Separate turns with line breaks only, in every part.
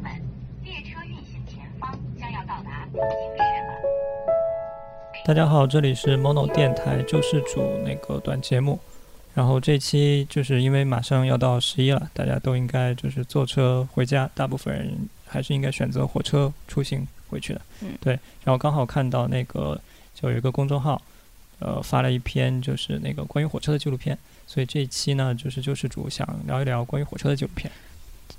们，列车运行前方将要到达北京市了。
大家好，这里是 Mono 电台救世主那个短节目。然后这期就是因为马上要到十一了，大家都应该就是坐车回家，大部分人还是应该选择火车出行回去的。
嗯
对。然后刚好看到那个就有一个公众号，呃，发了一篇就是那个关于火车的纪录片，所以这一期呢就是救世主想聊一聊关于火车的纪录片。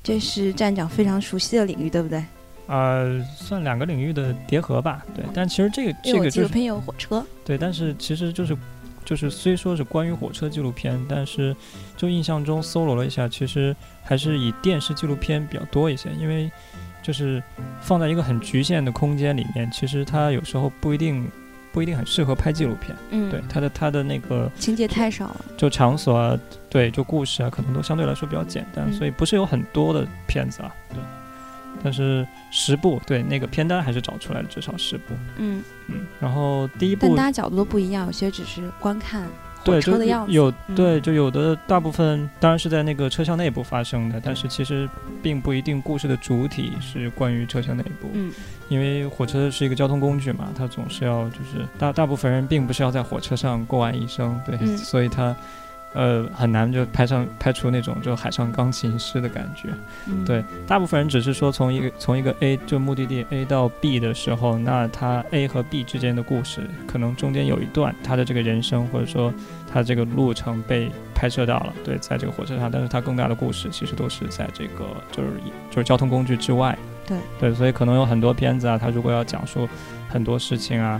这是站长非常熟悉的领域，对不对？
呃，算两个领域的叠合吧，对。但其实这个这
因为我
个
纪
就
录
是
片有火车，
对，但是其实就是就是虽说是关于火车纪录片，但是就印象中搜罗了一下，其实还是以电视纪录片比较多一些，因为就是放在一个很局限的空间里面，其实它有时候不一定不一定很适合拍纪录片，
嗯
对，它的它的那个
情节太少了，
就场所啊，对，就故事啊，可能都相对来说比较简单，
嗯
所以不是有很多的片子啊，对。但是十部，对那个片单还是找出来了，至少十部。
嗯，
嗯，然后第一
但
部
大家角度都不一样，有些只是观看火
对，
车
就
的样子，
有
嗯
对，就有的大部分当然是在那个车厢内部发生的，
嗯
但是其实并不一定故事的主体是关于车厢内部，
嗯，
因为火车是一个交通工具嘛，它总是要就是大大部分人并不是要在火车上过完一生，对，
嗯
所以它呃很难就拍上拍出那种就海上钢琴师的感觉，
嗯
对，大部分人只是说从一个从一个 A 就目的地 A 到 B 的时候，那他 A 和 B 之间的故事，可能中间有一段他的这个人生或者说他这个路程被拍摄到了，对，在这个火车上，但是他更大的故事其实都是在这个就是就是交通工具之外，
对
对，所以可能有很多片子啊，他如果要讲述很多事情啊。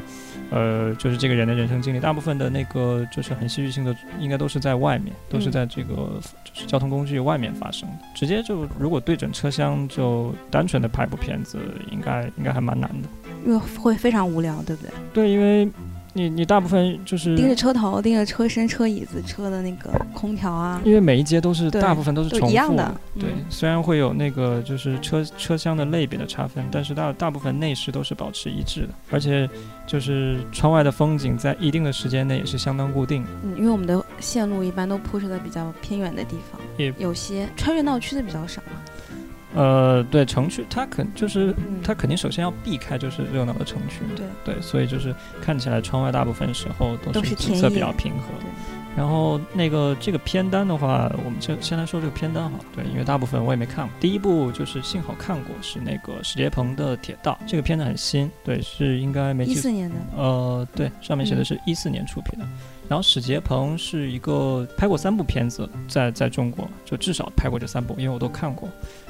呃，就是这个人的人生经历，大部分的那个就是很戏剧性的，应该都是在外面，都是
嗯
在这个就是交通工具外面发生的，直接就如果对准车厢就单纯的拍部片子，应该应该还蛮难的。
因为会非常无聊，对不对？
对，因为你你大部分就是
盯着车头，盯着车身、车椅子、车的那个空调啊，
因为每一节都是
对
大部分都是
都
嗯重
一样
复啊
的，
对
嗯，
虽然会有那个就是车车厢的类别的差分，但是大大部分内饰都是保持一致的，而且就是窗外的风景在一定的时间内也是相当固定的。
嗯，因为我们的线路一般都铺设在比较偏远的地方，
也
有些穿越闹区的比较少嘛，
呃，对，城区它肯就是
嗯，
它肯定首先要避开就是热闹的城区嘛，
对
对，所以就是看起来窗外大部分时候都
都是
景
田
色比
野
较平和。
对
然后那个这个片单的话，我们先先来说这个片单好了，对，因为大部分我也没看过。第一部就是幸好看过，是那个史杰鹏的《铁道》，这个片子很新，对，是应该没
一
记错
四年的，
呃，对，上面写的
嗯
是一四年出品的。然后史杰鹏是一个拍过三部片子，在在中国就至少拍过这三部，因为我都看过。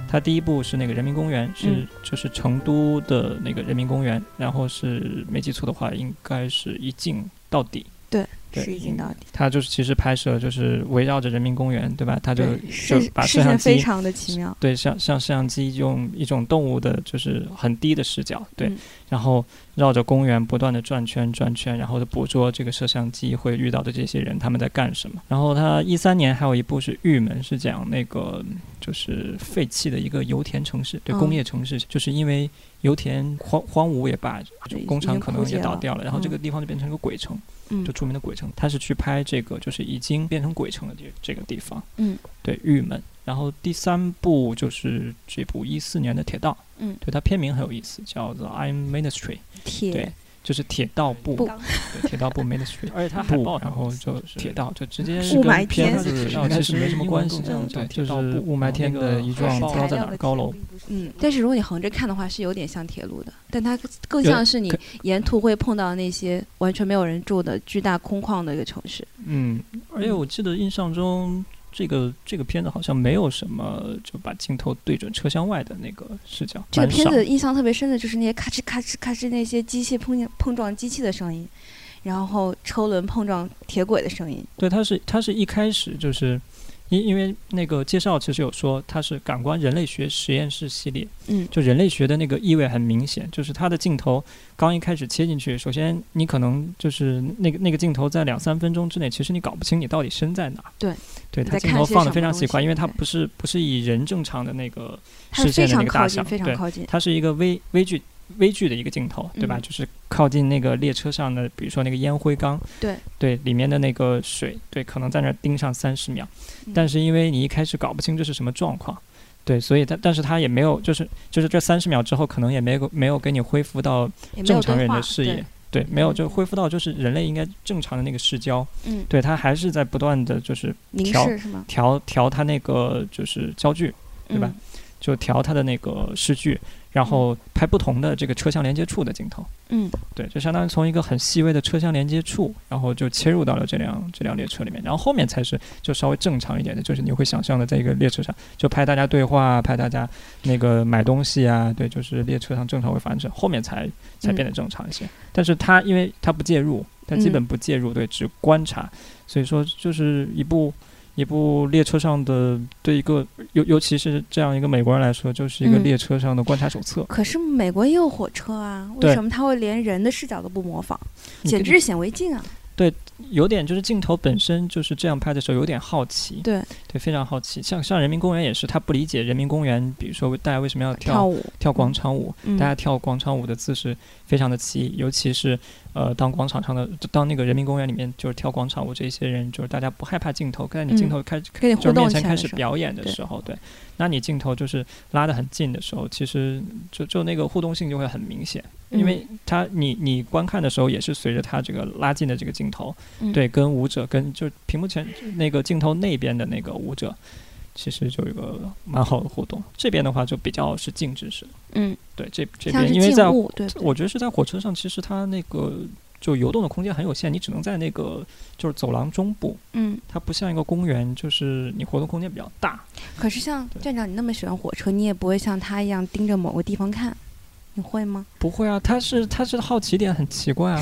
他第一部是那个《人民公园》，是、
嗯
就是成都的那个人民公园，然后是没记错的话，应该是一镜到底。
对，
对
是一镜到底，
他就是其实拍摄就是围绕着人民公园，对吧？他就
对，
就把摄
视
像
线非
机
常的奇妙，
对，像像摄像机用一种动物的，就是很低的视角，对，
嗯
然后绕着公园不断的转圈转圈，然后就捕捉这个摄像机会遇到的这些人他们在干什么。然后他一三年还有一部是《郁闷》，是讲那个就是废弃的一个油田城市，对，
嗯
工业城市，就是因为油田荒荒芜也罢，就
对已
工厂
经
可
枯
能也
竭
倒
了
掉了，然后这
嗯
个地方就变成一个鬼城。
嗯
就著名的鬼城，他是去拍这个就是已经变成鬼城的这这个地方，
嗯，
对，郁闷。然后第三部就是这部一四年的《铁道》，
嗯
对，它片名很有意思，叫做《I'm Ministry》，对
铁，
就是铁道部，
部
对，铁道部 Ministry，
而且它海
部
报，
然后就是铁道，就直接
是
是
雾
跟
霾
片
天
子
是
铁道
应该
其实
是
没
没
什么
英
关
文
系
更正，
对，
叫
就
铁
是
道部
雾霾
然后
天
那
的
个
一幢
海
不
报
知道在哪儿的高楼，
嗯，但是如果你横着看的话，是有点像铁路的，但它更像是你
可
沿途会碰到那些完全没有人住的巨大空旷的一个城市。
嗯，而且我记得印象中，这个这个片子好像没有什么就把镜头对准车厢外的那个视角，
这个
蛮
片
少
子印象特别深的就是那些咔哧咔哧咔哧那些机械碰见碰撞机器的声音，然后车轮碰撞铁轨的声音。
对，它是它是一开始就是因因为那个介绍其实有说它是感官人类学实验室系列，
嗯
就人类学的那个意味很明显，就是它的镜头刚一开始切进去，首先你可能就是那个那个镜头在两三分钟之内，其实你搞不清你到底身在哪儿。
对，
对，
你
它
在
镜
看
头
些
放的
什
非
么
常
东
细化，
西
因为它
对
不是不是以人正常的那个
它
视
是
线
非
的那
常
个大
靠
小，
近，非
对
常，靠近。
它是一个微微距微距的一个镜头，对吧？
嗯
就是靠近那个列车上的，比如说那个烟灰缸，
对
对，里面的那个水，对，可能在那儿盯上三十秒，
嗯
但是因为你一开始搞不清这是什么状况。对，所以他但是他也没有，就是就是这三十秒之后，可能也没有没有给你恢复到
也没
正
有
常
对
人
话
的视野
对，
对，没有就恢复到就是人类应该正常的那个视交，
嗯，
对他还是在不断的就是
凝
调
视是吗？
调调他那个就是焦距，对吧
嗯？
就调它的那个视距，然后拍不同的这个车厢连接处的镜头。
嗯，
对，就相当于从一个很细微的车厢连接处，然后就切入到了这辆这辆列车里面，然后后面才是就稍微正常一点的，就是你会想象的，在一个列车上就拍大家对话啊，拍大家那个买东西啊，对，就是列车上正常会发生的事，后面才才变得
嗯
正常一些。但是它因为它不介入，它基本不介入，对，只观察，所以说就是一部。一部列车上的对一个尤尤其是这样一个美国人来说，就是一个
嗯
列车上的观察手册，
可是美国也有火车啊，为
对
什么他会连人的视角都不模仿？
你
简
跟
直是显微镜啊！
有点就是镜头本身就是这样拍的时候有点好奇，
对，
对，非常好奇。像像人民公园也是，他不理解人民公园，比如说大家为什么要
跳
跳
舞，
跳广场舞，
嗯
大家跳广场舞的姿势非常的奇异，尤其是呃，当广场上的当那个人民公园里面就是跳广场舞这些人，就是大家不害怕镜头，在你镜头开始、
跟你
就是
嗯互
面
动
前
起
开
来的
始
时候，
表演的
对
时候，对，那你镜头就是拉得很近的时候，其实就就那个互动性就会很明显。因为
嗯
它你你观看的时候也是随着它这个拉近的这个镜头，
嗯
对，跟舞者跟就是屏幕前那个镜头那边的那个舞者，其实就有一个蛮好的互动。这边的话就比较是静止式，
嗯，
对，这这
嗯像
边
是
因为
静
在
物，对不对，
我觉得是在火车上，其实它那个就游动的空间很有限，你只能在那个就是走廊中部，
嗯。
它不像一个公园，就是你活动空间比较大。
可是像
对
站长你那么喜欢火车，你也不会像他一样盯着某个地方看，你会吗？
不会啊，他是他是好奇点很奇怪 啊，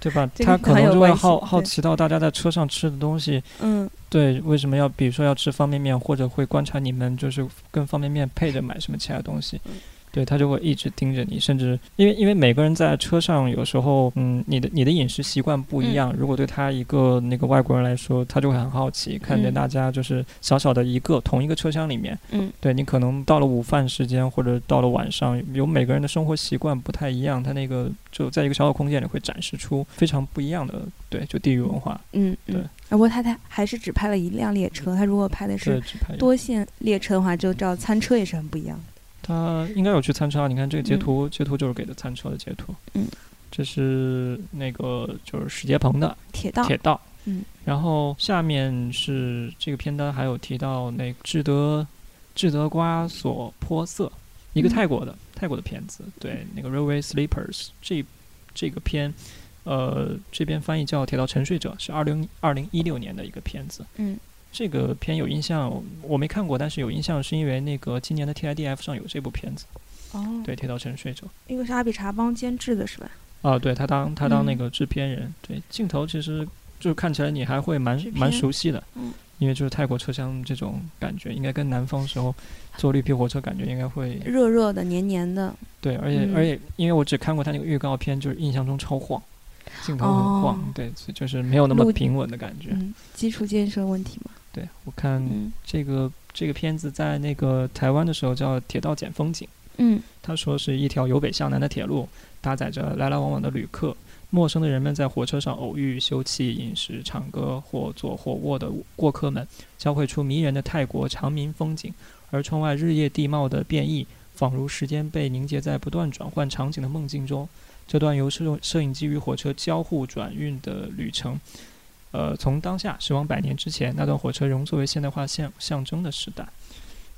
对吧？
这
他
个
可
很
能
有
就会
关系
好好
对
奇到大家在车上吃的东西，
嗯，
对，为什么要比如说要吃方便面，或者会观察你们就是跟方便面配着买什么其他东西
嗯。
对他就会一直盯着你，甚至因为因为每个人在车上有时候，嗯，你的你的饮食习惯不
嗯
一样，如果对他一个那个外国人来说，他就会很好奇，看见
嗯
大家就是小小的一个、同一个车厢里面，
嗯，
对你可能到了午饭时间或者到了晚上，有每个人的生活习惯不太一样，他那个就在一个小小空间里会展示出非常不一样的，对，就地域文化，
嗯，
对
嗯。啊不过他他还是只拍了一辆列车，他如果拍的
对，
是
只拍一个
多线列车的话，就照餐车也是很不一样的。
他应该有去餐车啊，你看这个截
嗯
图，截图就是给的餐车的截图。
嗯，
这是那个就是史杰鹏的
铁道，
铁道。
嗯，
然后下面是这个片单还有提到那个智德智德瓜索坡色，一个
嗯
泰国的、泰国的片子，对，那个 Railway Sleepers 这这个片。呃，这边翻译叫《铁道沉睡者》，是二零二零一六年的一个片子。
嗯
这个片有印象，我没看过，但是有印象是因为那个今年的 TIDF 上有这部片子。
哦，
对，《铁道沉睡者》
那个是阿比查邦监制的是吧？
啊，对他当他当那
嗯
个制片人，对镜头其实就是看起来你还会蛮
制
蛮
片
熟悉的，
嗯
因为就是泰国车厢这种感觉，应该跟南方时候坐绿皮火车感觉应该会
热热的、黏黏的，
对，而且、
嗯
而且因为我只看过他那个预告片，就是印象中超晃，镜头很晃，
哦
对，所以就是没有那么
陆
平稳的感觉。
嗯，基础建设问题嘛，
对我看
嗯
这个这个片子在那个台湾的时候叫《铁道捡风景》。
嗯
他说是一条由北向南的铁路，搭载着来来往往的旅客。陌生的人们在火车上偶遇、休憩、饮食、唱歌或坐或卧的过客们，交汇出迷人的泰国长明风景。而窗外日夜地貌的变异，仿如时间被凝结在不断转换场景的梦境中。这段由摄用摄影机与火车交互转运的旅程，呃，从当下驶往百年之前，那段火车仍作为现代化象象征的时代。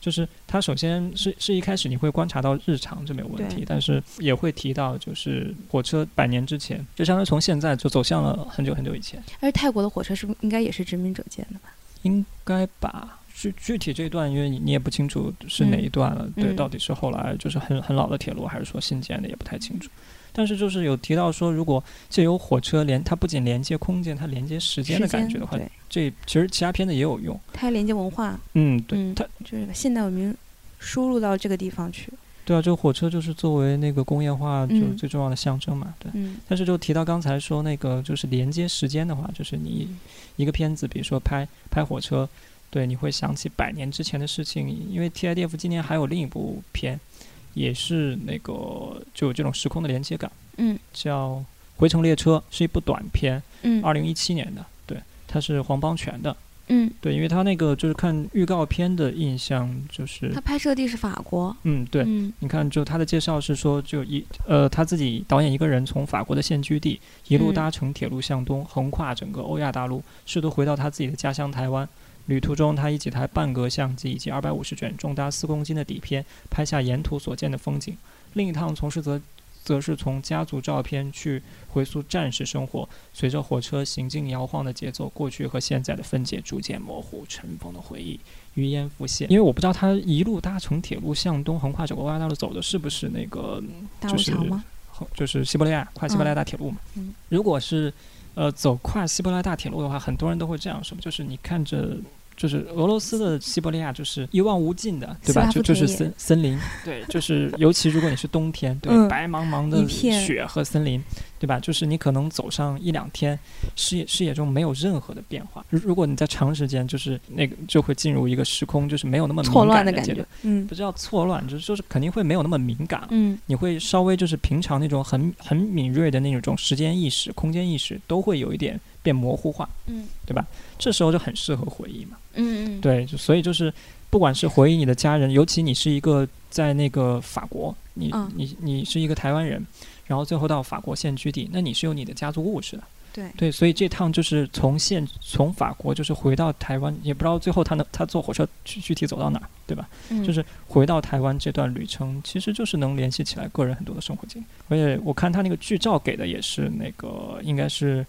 就是它首先是是一开始你会观察到日常这没有问题
对，
但是也会提到就是火车百年之前，就相当于从现在就走向了很久很久以前，
而泰国的火车是不是应该也是殖民者建的吧？
应该吧。具具体这一段，因为你你也不清楚是哪一段了，对，
嗯
到底是后来就是很很老的铁路，还是说新建的，也不太清楚。但是就是有提到说，如果借由火车连，它不仅连接空间，它连接时间的感觉的话，
对，
这其实其他片子也有用。
它要连接文化，
嗯，对，
嗯
它
就是把现代文明输入到这个地方去，
对啊，这个火车就是作为那个工业化就是
嗯
最重要的象征嘛，对。
嗯
但是就提到刚才说那个，就是连接时间的话，就是你一个片子，比如说拍拍火车，对，你会想起百年之前的事情，因为 TIDF 今年还有另一部片，也是那个就有这种时空的连接感，
嗯
叫《回程列车》，是一部短片，
嗯
二零一七年的，对，它是黄邦全的，
嗯，
对，因为他那个就是看预告片的印象就是
他，拍摄地是法国，
嗯，对，
嗯
你看，就他的介绍是说，就一呃他自己导演一个人从法国的现居地一路
嗯
搭乘铁路向东，横跨整个欧亚大陆，试图回到他自己的家乡台湾。旅途中，他以几台半格相机以及二百五十卷重达四公斤的底片拍下沿途所见的风景。另一趟从事则则是从家族照片去回溯战时生活，随着火车行进摇晃的节奏，过去和现在的分界逐渐模糊，尘封的回忆余烟浮现。因为我不知道他一路搭乘铁路向东横跨整个欧亚大陆走的是不是那个，
大
就
陆
是
桥吗？
横就是西伯利亚跨西伯利亚大铁路嘛。
嗯
如果是呃走跨西伯利亚大铁路的话，很多人都会这样说，就是你看着。就是俄罗斯的西伯利亚，就是一望无尽的，对
斯
吧？
拉
就
夫
就是
田野
森森 林，对，就是尤其如果你是冬天，对，
嗯
白茫茫的
一片
雪和森林，对吧？就是你可能走上一两天，视野视野中没有任何的变化。如如果你在长时间，就是那个就会进入一个时空，就是没有那么
错
敏
乱
感
的
的
感
阶
觉
段，，
嗯
不叫错乱，就是就是肯定会没有那么敏感了。啊
嗯
你会稍微就是平常那种很很敏锐的那种时间意识、空间意识都会有一点变模糊化，
嗯
这时候就很适合回忆嘛。
嗯嗯，
对，就所以就是，不管是回忆你的家人，尤其你是一个在那个法国，你、
嗯
你你是一个台湾人，然后最后到法国现居地，那你是有你的家族故事的。
对
对，所以这趟就是从现从法国就是回到台湾，也不知道最后他能他坐火车具具体走到哪儿，对吧？
嗯
就是回到台湾这段旅程，其实就是能联系起来个人很多的生活经历。而且我看他那个剧照给的也是那个，应该是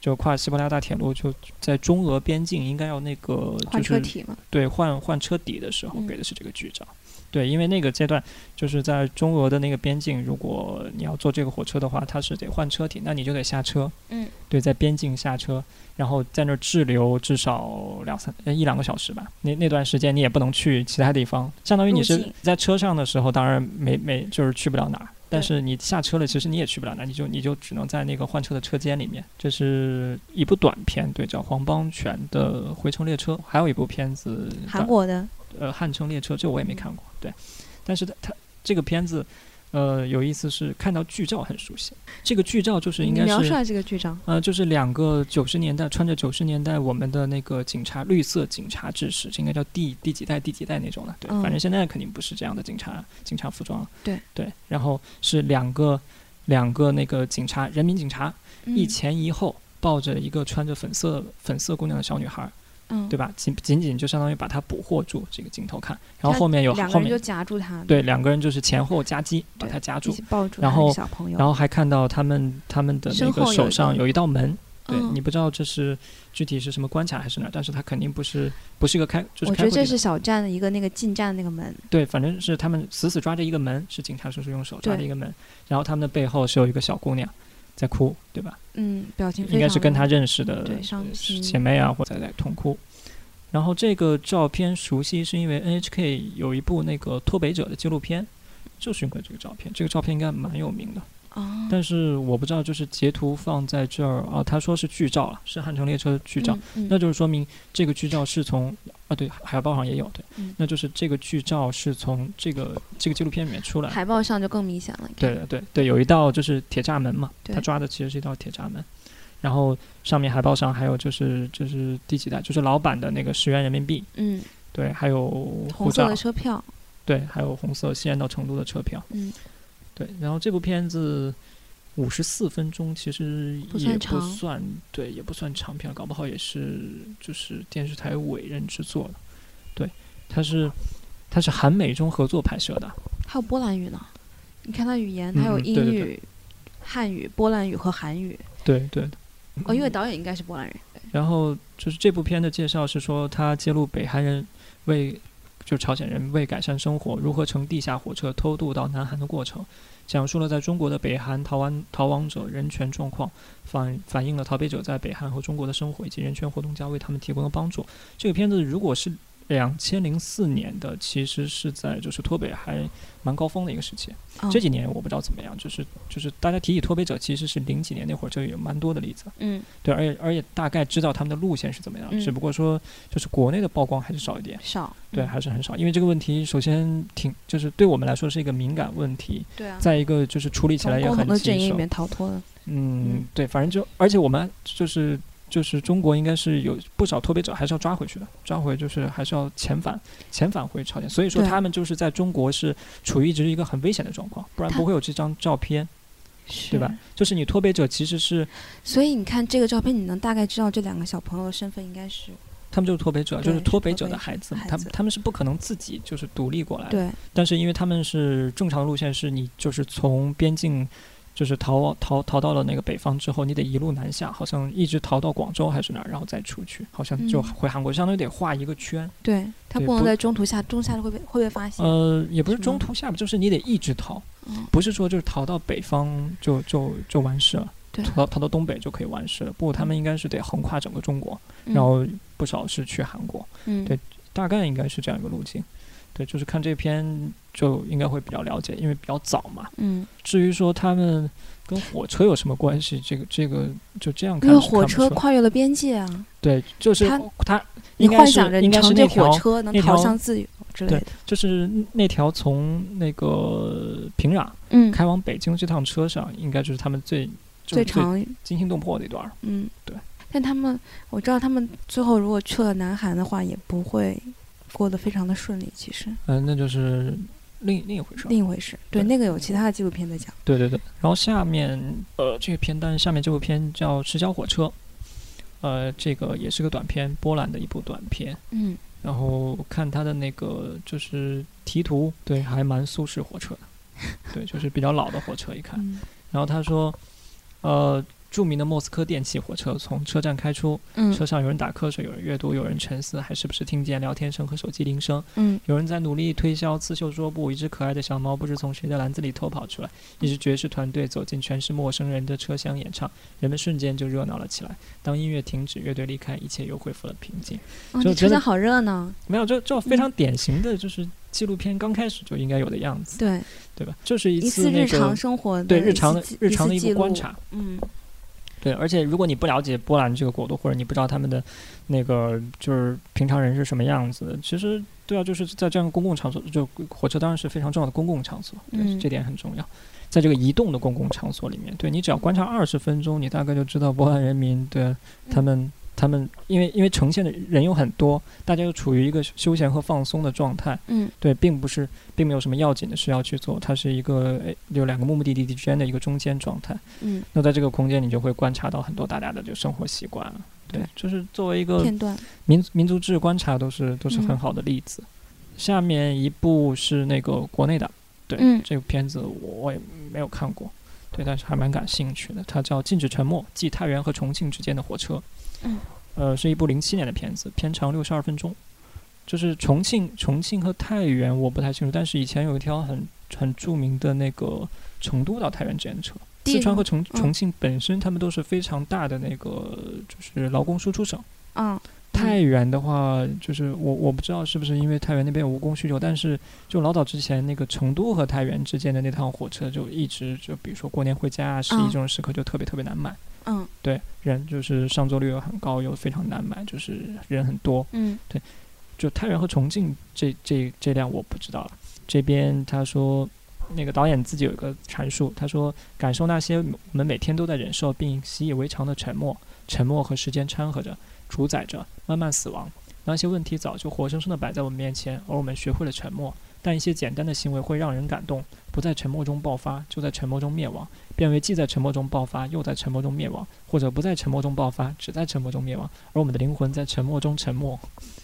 就跨西伯利亚大铁路，就在中俄边境应该要那个
换
就
车
是
体嘛，
对换换车底的时候
嗯
给的是这个剧照。对，因为那个阶段就是在中俄的那个边境，如果你要坐这个火车的话，它是得换车体，那你就得下车。
嗯，
对，在边境下车，然后在那儿滞留至少两三呃一两个小时吧。那那段时间你也不能去其他地方，相当于你
入
是
境
在车上的时候，当然没没就是去不了哪儿。但
对
是你下车了，其实你也去不了哪儿，你就你就只能在那个换车的车间里面。这是一部短片，对，叫黄邦全的《回程列车》，还有一部片子
韩
叫
国嗯的，
呃《汉城列车》，这我也没看过，对。但是它它这个片子，呃，有意思是看到剧照很熟悉。这个剧照就是应
你
该
描述
是
下这个剧照，
呃，就是两个九十年代穿着九十年代我们的那个警察绿色警察制式，这应该叫第第几代第几代那种了。对，
嗯
反正现在肯定不是这样的警察警察服装了。
对
对，然后是两个两个那个警察人民警察、一
嗯
前一后抱着一个穿着粉色粉色姑娘的小女孩，
嗯
对，吧？仅仅仅就相当于把它捕获住这个镜头看，然后
他
后面有
两
后
个人就
面
夹住他，
对两个人就是前后夹击把
对
它夹
一
住
起，抱住他
然后
的小朋友，
然后还看到他们他们的那
身
个
后有一
手
个
上有一道门，对
嗯
你不知道这是具体是什么关卡还是哪儿，但是它肯定不是不是一个开，就是
我觉
开
得
阔地
这
的
是小站的一个那个进站的那个门，
对，反正是他们死死抓着一个门，是警察叔叔用手抓
对
着一个门，然后他们的背后是有一个小姑娘在哭，对吧？
嗯，表情非
应该
常
是跟
的
他认识的
对伤
呃
心
姐妹啊，或者在痛哭。然后这个照片熟悉是因为 NHK 有一部那个脱北者的纪录片，就是用过这个照片，这个照片应该蛮有名的。
哦，
但是我不知道，就是截图放在这儿啊，他说是剧照了，是汉城列车的剧照，
嗯，嗯
那就是说明这个剧照是从啊对，海报上也有对，
嗯
那就是这个剧照是从这个这个纪录片里面出来的。
海报上就更明显了，
对对对对，有一道就是铁栅门嘛，
对
他抓的其实是一道铁栅门，然后上面海报上还有就是就是第几代，就是老板的那个十元人民币，
嗯，
对，还有护
红色
照
的，车票，
对，还有红色西安到成都的车票，
嗯，
对，然后这部片子。五十四分钟其实
不算
也不
长
算对，也不算长片，搞不好也是就是电视台委任制作的。对，它是它是韩美中合作拍摄的，
还有波兰语呢，你看他语言，他有
嗯嗯
英
对对
语、汉语、波兰语和韩语，
对对。
哦，因为导演应该是波兰人，对，
然后就是这部片的介绍是说，它揭露北韩人为就朝鲜人为改善生活，如何乘地下火车偷渡到南韩的过程，讲述了在中国的北韩逃亡逃亡者人权状况，反反映了逃北者在北韩和中国的生活以及人权活动家为他们提供的帮助。这个片子如果是两千零四年的，其实是在就是脱北还蛮高峰的一个时期。
嗯
这几年我不知道怎么样，就是就是大家提起脱北者，其实是零几年那会儿就有蛮多的例子。
嗯，
对，而且而且大概知道他们的路线是怎么样，
嗯
只不过说就是国内的曝光还是少一点，
少，
对，
嗯
还是很少，因为这个问题首先挺就是对我们来说是一个敏感问题，
对啊，
再一个就是处理起来
从
也
哦共同
很
的阵
棘
营里
手，
面逃脱了，
嗯
嗯，
对，反正就而且我们就是就是中国应该是有不少脱北者还是要抓回去的，抓回就是还是要遣返，遣返回朝鲜。所以说
对
他们就是在中国是处于一直一个很危险的状况，不然
他
不会有这张照片，
是
对吧？？就是你脱北者其实是
所以你看这个照片，你能大概知道这两个小朋友的身份应该是
他们就是脱北者，就是
对
脱北
是脱
者的
北
孩子
者
嘛，
孩
他
子
们他们是不可能自己就是独立过来的。
对
但是因为他们是正常路线，是你就是从边境就是逃逃逃到了那个北方之后，你得一路南下，好像一直逃到广州还是哪儿，然后再出去，好像就
嗯
回韩国，相当于得画一个圈。
对，他
对
不能
不
在中途下，中下会被会被发现。
呃，也不是
是吗
中途下吧，就是你得一直逃，
嗯
不是说就是逃到北方就就就完事了，
对
逃到逃到东北就可以完事了。不，他们应该是得横跨整个中国，
嗯
然后不少是去韩国，
嗯
对大概应该是这样一个路径。对，就是看这篇就应该会比较了解，因为比较早嘛。
嗯，
至于说他们跟火车有什么关系，这个这个就这样
因
看
为
是
火
看不
车
出来
跨越了边界啊，
对，就是
它
它
你
应该
幻
是
想着
应
你
该
乘
是
这
那
火
条，
车能
那
逃
条
向自由之类
对
的。
就是那条从那个平壤
嗯，
开往北京这趟车上，应该就是他们最就是
最长
惊心动魄的一段儿。
嗯
对。
但他们我知道，他们最后如果去了南韩的话，也不会过得非常的顺利。其实
嗯、那就是另另一回事儿。
另一回事，对
对
那个有其他的纪录片在讲。
对对对，然后下面呃这个片单下面这部片叫《迟交火车》，呃，这个也是个短片，波兰的一部短片。
嗯，
然后看它的那个就是提图，对，还蛮苏式火车的，对，就是比较老的火车一看。
嗯
然后他说，呃，著名的莫斯科电气火车从车站开出，
嗯
车上有人打瞌睡，有人阅读，有人沉思，还时不时听见聊天声和手机铃声，
嗯
有人在努力推销刺绣桌布，一只可爱的小猫不知从谁的篮子里偷跑出来，一支爵士团队走进全是陌生人的车厢演唱，人们瞬间就热闹了起来。当音乐停止，乐队离开，一切又恢复了平静。
哦，
就觉
这车
得
厢好热闹。
没有，就就非
嗯
常典型的就是纪录片刚开始就应该有的样子，
对，
对吧？就是一
一次
次那
日
个
常生活的
对
一
日常的
次记
日常的
一
一
次记
个观
录。
察，
嗯
对。而且如果你不了解波兰这个国度，或者你不知道他们的那个就是平常人是什么样子的，其实对啊，就是在这样的公共场所，就火车当然是非常重要的公共场所，对，
嗯
这点很重要。在这个移动的公共场所里面，对你只要观察二十分钟，你大概就知道波兰人民对他们。他们因为因为呈现的人有很多，大家又处于一个休闲和放松的状态，
嗯
对，并不是，并没有什么要紧的事要去做，它是一个诶有两个目的地之间的一个中间状态。
嗯，
那在这个空间，你就会观察到很多大家的就生活习惯了。对
对，
就是作为一个
片段。
民民族志观察，都是都是很
嗯
好的例子。下面一部是那个国内的，对，
嗯
这个片子我也没有看过，对，但是还蛮感兴趣的。它叫《禁止沉默：继太原和重庆之间的火车》，
嗯，
呃，是一部零七年的片子，片长六十二分钟。就是重庆，重庆和太原我不太清楚，但是以前有一条很很著名的那个成都到太原之间的车。
地
四川和重
嗯
重庆本身，他们都是非常大的那个，就是劳工输出省。
嗯
太原的话，就是我我不知道是不是因为太原那边有务工需求，但是就老早之前那个成都和太原之间的那趟火车，就一直就比如说过年回家啊、十一
嗯
这种时刻就特别特别难买。
嗯
对，人就是上座率又很高，又非常难买，就是人很多。
嗯
就太原和重庆这这这辆我不知道了。这边他说，那个导演自己有一个阐述，他说感受那些我们每天都在忍受并习以为常的沉默，沉默和时间掺和着，主宰着，慢慢死亡。那些问题早就活生生的摆在我们面前，而我们学会了沉默。但一些简单的行为会让人感动，不在沉默中爆发，就在沉默中灭亡，变为既在沉默中爆发，又在沉默中灭亡，或者不在沉默中爆发，只在沉默中灭亡。而我们的灵魂在沉默中沉默，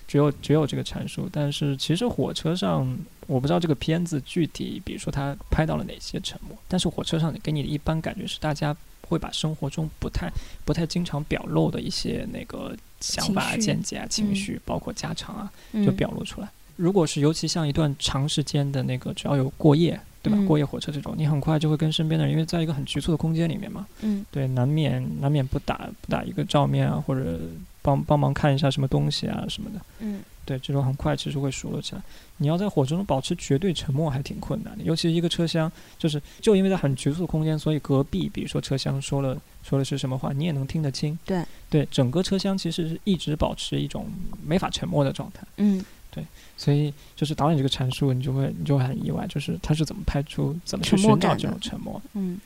只有只有这个阐述。但是其实火车上，我不知道这个片子具体，比如说它拍到了哪些沉默，但是火车上给你的一般感觉是，大家会把生活中不太不太经常表露的一些那个想法啊、
情绪
见解啊、情
嗯
绪，包括家常啊，
嗯，
就表露出来。如果是尤其像一段长时间的那个，只要有过夜，对吧？
嗯
过夜火车这种，你很快就会跟身边的人，因为在一个很局促的空间里面嘛，
嗯
对，难免难免不打不打一个照面啊，或者帮帮忙看一下什么东西啊什么的。
嗯
对，这种很快其实会熟络起来。你要在火车中保持绝对沉默还挺困难的，尤其是一个车厢，就是就因为在很局促的空间，所以隔壁比如说车厢说了说的是什么话，你也能听得清。
对
对，整个车厢其实是一直保持一种没法沉默的状态。
嗯
所以就是导演这个阐述，你就会你就会很意外，就是他是怎么拍出怎么去
沉默
寻找
感
这
的
种沉默。
嗯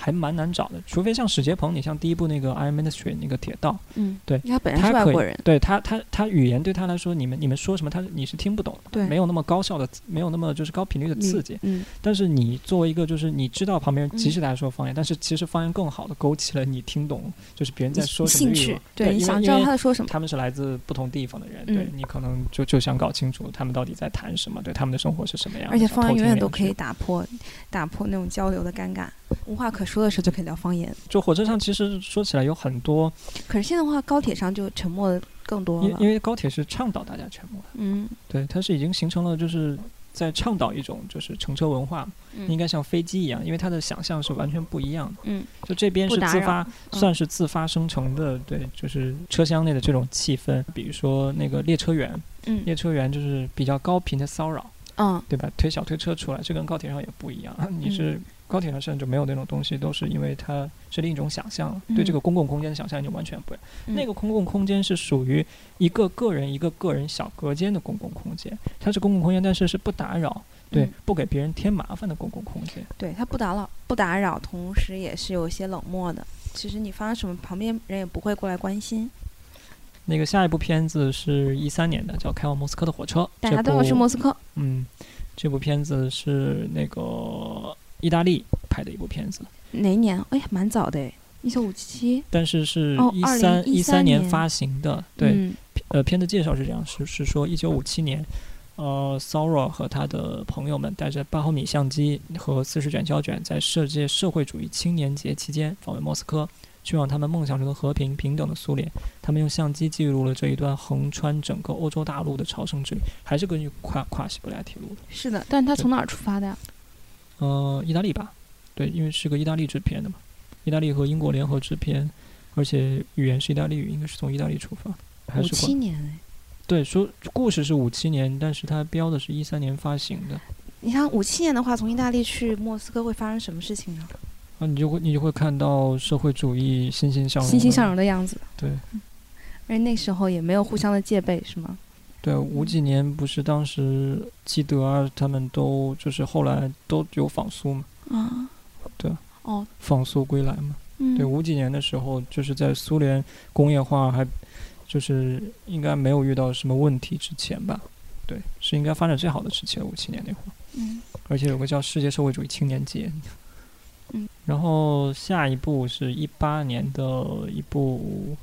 还蛮难找的，除非像史杰鹏，你像第一部那个《Iron Ministry》那个铁道，
嗯，
对
因为他本人
他
是外
可以
国人，
对他他他语言对他来说，你们你们说什么他你是听不懂的，
对
没有那么高效的，没有那么就是高频率的刺激。
嗯，
但是你作为一个就是你知道旁边人
嗯
即使在说方言，但是其实方言更好的勾起了你听懂就是别人在说什么
兴
欲
趣
望，，
对，你
因为
想知
因
道
为
他在说什么，
他们是来自不同地方的人，
嗯
对你可能就就想搞清楚他们到底在谈什么，对他们的生活是什么样的，
而且
想偷
方言永
听
远
两
都可以
句。
打破打破那种交流的尴尬，无话可说的时候就可以聊方言。
就火车上其实说起来有很多，
可是现在的话，高铁上就沉默的更多
因
了
因。为高铁是倡导大家全部，
嗯，
对，它是已经形成了就是。在倡导一种就是乘车文化，
嗯
应该像飞机一样，因为它的想象是完全不一样的。
嗯，
就这边
不
是
打
自
扰
发，
嗯
算是自发生成的，对，就是车厢内的这种气氛。比如说那个列车员，
嗯
列车员就是比较高频的骚扰，
嗯
对吧？推小推车出来，这跟高铁上也不一样。 你是高铁上甚至没有那种东西，都是因为它是另一种想象，对这
嗯
个公共空间的想象就完全不一样。
嗯
那个公共空间是属于一个个人一个个人小隔间的公共空间，它是公共空间，但是是不打扰，对，
嗯
不给别人添麻烦的公共空间。
对他不打扰不打扰，同时也是有一些冷漠的。其实你发生什么，旁边人也不会过来关心。
那个下一部片子是一三年的，叫《开往莫斯科的火车》，
大家都要去
这部
莫斯科，
嗯，这部片子是那个意大利拍的一部片子，
哪一年？哎呀，蛮早的哎，一九五七。
但是是
哦
一三一
2013
年
年
发行的。对，
嗯
呃，片子介绍是这样，是是说一九五七年，呃 s o r o 和他的朋友们带着八毫米相机和四十卷胶卷，在世界社会主义青年节期间访问莫斯科，去往他们梦想中的和平平等的苏联。他们用相机记录了这一段横穿整个欧洲大陆的朝圣之旅，还是根据跨跨西伯利亚铁路的。
是的，但是他从哪儿出发的呀？
呃，意大利吧，对，因为是个意大利制片的嘛，意大利和英国联合制片，而且语言是意大利语，应该是从意大利出发，还
五
是
七
管
年哎，
对，说故事是五七年，但是它标的是一三年发行的，
你像五七年的话，从意大利去莫斯科会发生什么事情呢？
啊，你就会你就会看到社会主义欣欣向荣，
欣欣向荣，的样子。
对
而且那时候也没有互相的戒备，是吗？
对，五几年不是当时基德啊，他们都就是后来都有访苏嘛，
啊，
对啊。
哦，
访苏归来嘛，
嗯，
对，五几年的时候，就是在苏联工业化还就是应该没有遇到什么问题之前吧，对，是应该发展最好的时期了，五七年那会儿，
嗯
而且有个叫世界社会主义青年节。
嗯，
然后下一部是一八年的一部，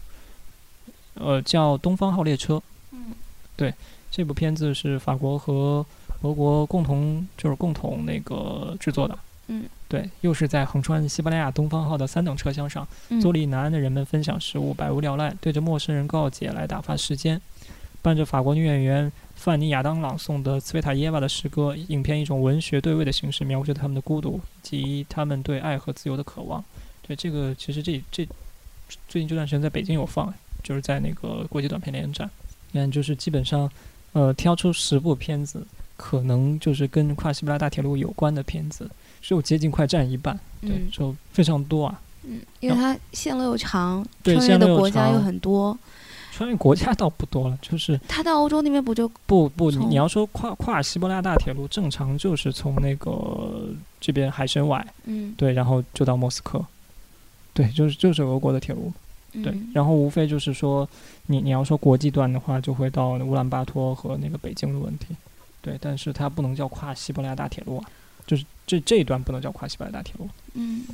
呃，叫《东方号列车》。
嗯，
这部片子是法国和俄国共同就是共同那个制作的。
嗯，
对，又是在横穿西伯利亚东方号的三等车厢上，
嗯
坐立难安的人们分享食物，百无聊赖，对着陌生人告解来打发时间。伴着法国女演员范妮·亚当朗诵的茨维塔耶娃的诗歌，影片以一种文学对位的形式描绘着他们的孤独以及他们对爱和自由的渴望。对这个，其实这这最近这段时间在北京有放，就是在那个国际短片联展。你看，就是基本上，呃，挑出十部片子，可能就是跟跨西伯利亚大铁路有关的片子，只有接近快占一半，对
嗯，
就非常多啊。
嗯，因为它线路又长，
对
穿越
线路
的
又
国家又
长
很多。
穿越国家倒不多了， 就是
他到欧洲那边不就
不不，你
从
你要说跨跨西伯利亚大铁路，正常就是从那个这边海参崴，
嗯
对，然后就到莫斯科，对，就是就是俄国的铁路，对，
嗯
然后无非就是说，你你要说国际段的话，就会到乌兰巴托和那个北京的问题，对，但是它不能叫跨西伯利亚大铁路啊，就是这这一段不能叫跨西伯利亚大铁路。
嗯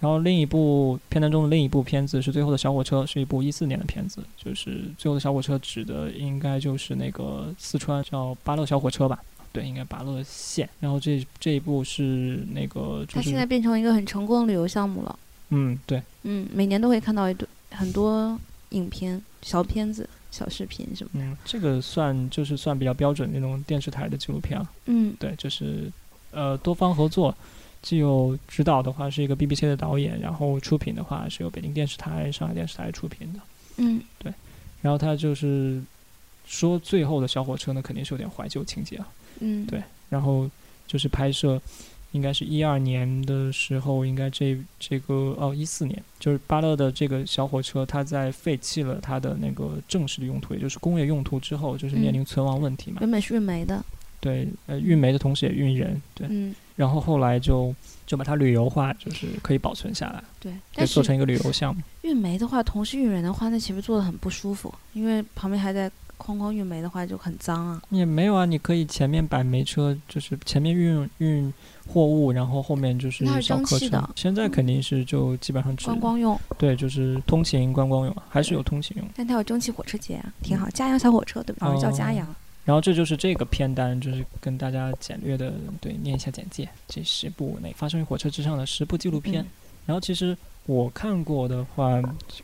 然后另一部片单中的另一部片子是《最后的小火车》，是一部一四年的片子，就是《最后的小火车》指的应该就是那个四川叫巴乐小火车吧。对，应该巴乐县。然后这这一部是那个，就
它现在
是
变成一个很成功的旅游项目了。
嗯，对，
嗯，每年都会看到一堆很多影片、小片子、小视频什么。
嗯，这个算就是算比较标准那种电视台的纪录片了。
嗯
对，就是呃多方合作，既有指导的话是一个 BBC 的导演，然后出品的话是由北京电视台、上海电视台出品的。
嗯，
然后他就是说最后的小火车呢，肯定是有点怀旧情节啊。
嗯，
对然后就是拍摄，应该是一二年的时候，应该这这个哦一四年，就是巴勒的这个小火车，它在废弃了它的那个正式的用途，也就是工业用途之后，就是面
嗯
临存亡问题嘛。
原本是运煤的，
对，呃，运煤的同时也运人，对。
嗯，
然后后来就就把它旅游化，就是可以保存下来，
对，
可以
但
做
是
成一个旅游项目。
运煤的话，同时运人的话，那岂不是做的很不舒服？因为旁边还在哐哐运煤的话，就很脏啊。
也没有啊，你可以前面摆煤车，就是前面运运货物，然后后面就是
那是
小
蒸
客
汽
车
的。嗯
现在肯定是就基本上只
观光用，
对，就是通勤观光用，还是有通勤用。
但它有蒸汽火车节啊，挺好。嘉阳小火车对吧？老是叫
嗯
嘉
哦
阳。
然后这就是这个片单，就是跟大家简略的对念一下简介，这十部那发生于火车之上的十部纪录片。
嗯
然后其实我看过的话，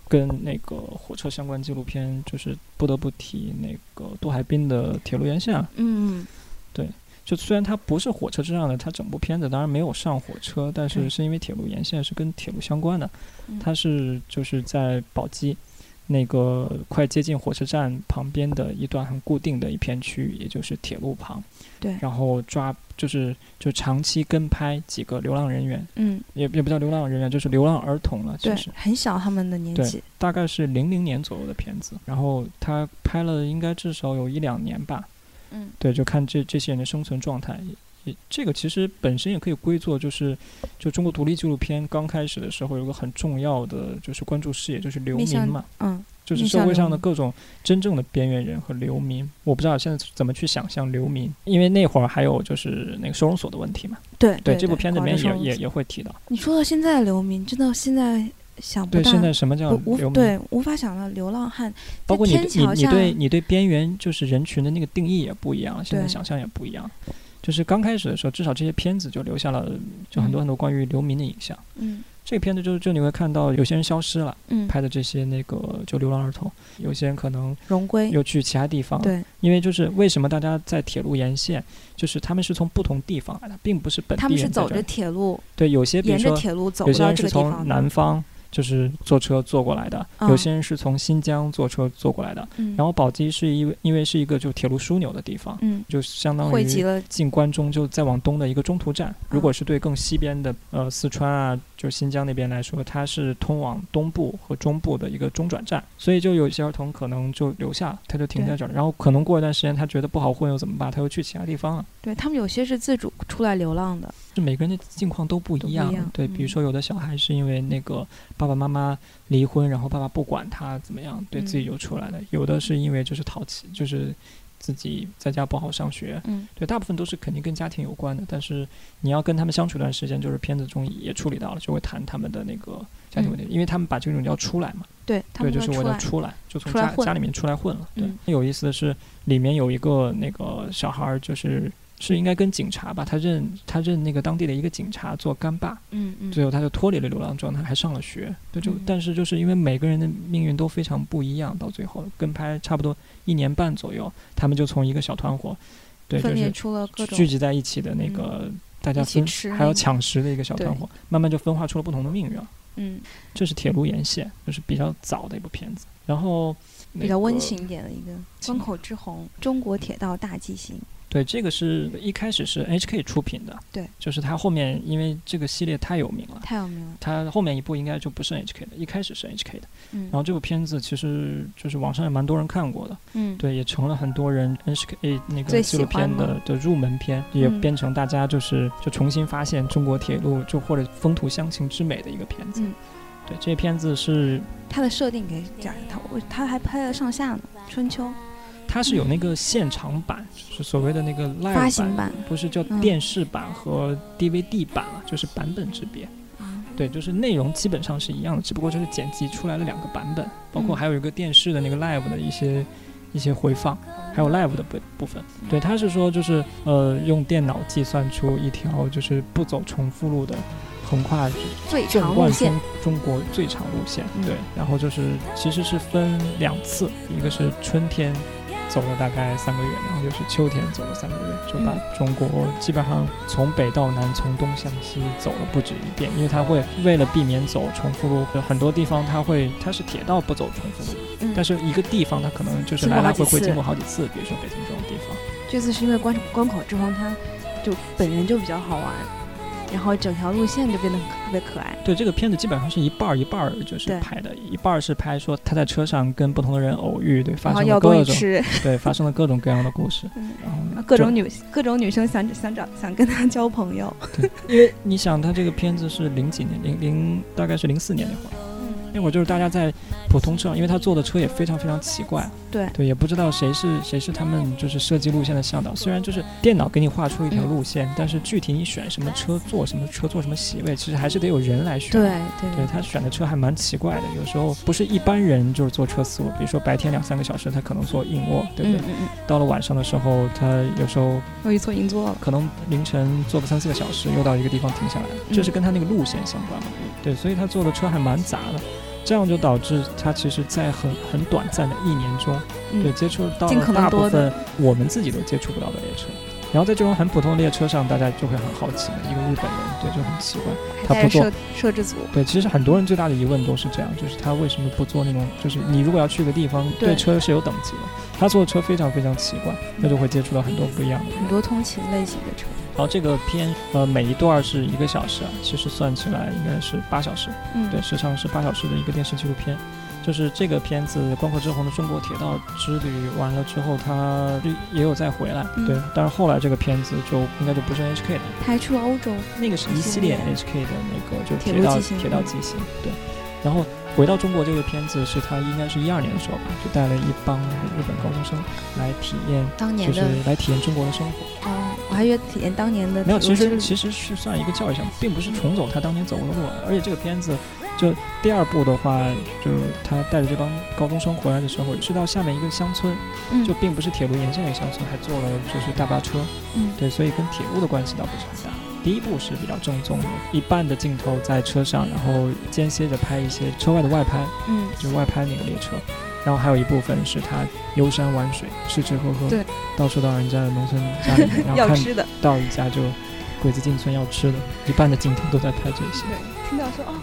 跟那个火车相关纪录片，就是不得不提那个杜海滨的《铁路沿线》啊。
嗯，
就虽然它不是火车之上的，它整部片子当然没有上火车，但是
对
是因为铁路沿线是跟铁路相关的
嗯，
它是就是在宝鸡那个快接近火车站旁边的一段很固定的一片区域，也就是铁路旁，
对，
然后抓就是就长期跟拍几个流浪人员，
嗯，
也也不叫流浪人员，就是流浪儿童了，其
对
实，
很小他们的年
对
纪，
大概是零零年左右的片子，然后他拍了应该至少有一两年吧。
嗯，
对，就看这这些人的生存状态。也这个其实本身也可以归作就是，就中国独立纪录片刚开始的时候有个很重要的就是关注视野，就是流民
面向
嘛，
嗯，
就是
面
社
向
会
流
上的
民
各种真正的边缘人和流民。我不知道现在怎么去想象流民，因为那会儿还有就是那个收容所的问题嘛。
对对。
这部片子里
广
面
州
也
收
也
容所
也会提到。
你说到现在的流民，真的现在想不
对，
到，
现在什么叫
我无
流民？
对无法想到流浪汉，
包括你
天
对你
桥
你
下
对你对边缘就是人群的那个定义也不一样，现在
对
想象也不一样。就是刚开始的时候，至少这些片子就留下了就很多
嗯
很多关于流民的影像。
嗯
这个片子就就你会看到有些人消失了，
嗯，
拍的这些那个就流浪儿童，有些人可能
荣归，
又去其他地方。，
对
因为就是为什么大家在铁路沿线，就是他们是从不同地方来的，并不是本地
他
人
们是
在
走
这
着
里
铁路，
对有些比如
沿着
说
铁路走
有些
到
人
这
是
个地方
从南
的，
方就是坐车坐过来的，有
嗯
些人是从新疆坐车坐过来的。
嗯，
然后宝鸡是因为因为是一个就铁路枢纽的地方，
嗯，
就相当
汇集
于
了，嗯
进关中就再往东的一个中途站。如果是对更西边的呃四川啊，就新疆那边来说，它是通往东部和中部的一个中转站，所以就有一些儿童可能就留下了，他就停在
对
这儿了，然后可能过一段时间他觉得不好混又怎么办，他又去其他地方了。
对他们有些是自主出来流浪的，
就每个人的境况都不一
都不一
样，
样
对，比如
嗯
说有的小孩是因为那个爸爸妈妈离婚，然后爸爸不管他怎么样，对自己
嗯
就出来了；有的是因为就是淘气，就是自己在家不好上学，
嗯，
对，大部分都是肯定跟家庭有关的。但是你要跟他们相处一段时间，就是片子中也处理到了，就会谈他们的那个家庭问题，因为他们把这种叫出来嘛，
对他
对，
们
就是为
要出
了
来，
出来，就从
出来
家
混
家里面出来混了。对，
嗯
有意思的是，里面有一个那个小孩儿，就是是应该跟警察吧，他认他认那个当地的一个警察做干爸，
嗯嗯，
最后他就脱离了流浪状态，还上了学。对，就、
嗯
但是就是因为每个人的命运都非常不一样，到最后跟拍差不多一年半左右，他们就从一个小团伙，对，就
分裂
是
出了各种嗯
聚集在一起的那个。大家
一起
分
吃
还
那
有
个
抢食的一个小团
对
伙，慢慢就分化出了不同的命运了。
嗯
这是《铁路沿线》，就是比较早的一部片子，然后、那
比较温
个。
情一点的一个《
情嗯
关口之红》《中国铁道大纪行》，
对，这个是一开始是 HK 出品的，
对，
就是它后面因为这个系列太有名了，
太有名了，
它后面一部应该就不是 HK 的，一开始是 HK 的。
嗯
然后这部片子其实就是网上也蛮多人看过的，
嗯，
对，也成了很多人 HK 那个
最
纪
喜
录片
欢
的的入门片，也
嗯
变成大家就是就重新发现中国铁路就或者风土乡情之美的一个片子。
嗯
对，这片子是
他的设定给讲他，我他还拍了上下呢，春秋
它是有那个现场版，就是所谓的那个 live
发行版
不是叫
嗯
电视版和 DVD 版了、就是版本之别。
啊，
对，就是内容基本上是一样的，只不过就是剪辑出来了两个版本，包括
嗯
还有一个电视的那个 live 的一些一些回放，还有 live 的部部分。
嗯
对，他是说就是呃用电脑计算出一条就是不走重复路的横跨
最
纵
长路
贯
线
中，中国最长路线。
嗯
对，然后就是其实是分两次，一个是春天走了大概三个月，然后就是秋天走了三个月，就
嗯
把中国基本上从北到南，从东向西走了不止一遍，因为它会为了避免走重复路，有很多地方它会它是铁道不走重复路，
嗯
但是一个地方它可能就是
经过
来来
好几
回回
次
经过好几次，比如说北京这种地方。
这次是因为关关口之红，他就本人就比较好玩，然后整条路线就变得很特别可爱。
对，这个片子基本上是一半儿一半儿就是
对
拍的，一半儿是拍说他在车上跟不同的人偶遇，对，发
然后
生
要
了
东
各
西
种
吃，
对发生了各种各样的故事，
嗯
然后
各
就
种女各种女生想想找想跟他交朋友。
因为你想，他这个片子是零几年，零零大概是零四年那会儿，
嗯，
那会儿就是大家在普通车上，因为他坐的车也非常非常奇怪，
对
对，也不知道谁是谁是他们就是设计路线的向导。虽然就是电脑给你画出一
嗯
条路线，但是具体你选什么车坐什么车坐什么席位，其实还是得有人来选。
对
对
对
他选的车还蛮奇怪的，有时候不是一般人就是坐车思路，比如说白天两三个小时，他可能坐硬卧，对不
嗯
对？
嗯嗯，
到了晚上的时候，他有时候
又一错银座了。
可能凌晨坐个三四个小时，又到一个地方停下来，这是跟他那个路线相关嘛？对，所以他坐的车还蛮杂的，这样就导致他其实，在很很短暂的一年中，
嗯
对接触到
尽可
了
能
大
多
部
的
分我们自己都接触不到的列车。然后在这种很普通的列车上，大家就会很好奇，一个日本人，对，就很奇怪。他
还
不
带
做
摄摄制组，
对，其实很多人最大的疑问都是这样，就是他为什么不做那种，就是你如果要去一个地方，
对
对车是有等级的，他坐的车非常非常奇怪，那就会接触到很多不一样的人
很。多通勤类型的车。
然后这个片，呃，每一段是一个小时啊，其实算起来应该是八小时，
嗯，
对，时长是八小时的一个电视纪录片。就是这个片子《光阔之红的中国铁道之旅》完了之后，他就也有再回来，
嗯
对。但是后来这个片子就应该就不是 NHK 的，
还出欧洲。
那个是一系列 NHK 的那个就是铁
铁
道
路纪行
铁道纪行，对。然后回到中国这个片子是他应该是一二年的时候吧，就带了一帮日本高中生来体验，
当年
就是
的
来体验中国的生活。
哦，我还以为体验当年的
没有，其
铁路之
实
旅
其实是算一个教育项目，并不是重走他当年走过的路啊。而且这个片子，就第二部的话，就是他带着这帮高中生回来的时候，是到下面一个乡村，
嗯
就并不是铁路沿线的乡村，还坐了就是大巴车，
嗯
对，所以跟铁路的关系倒不是很大。第一部是比较正宗的，一半的镜头在车上，然后间歇着拍一些车外的外拍，
嗯
就是外拍那个列车，然后还有一部分是他游山玩水，吃吃喝喝，
对，
到处到人家的农村家里 面，然后
要
看
吃的。
到一家就鬼子进村要吃的，一半的镜头都在拍这些。
对，听到说哦，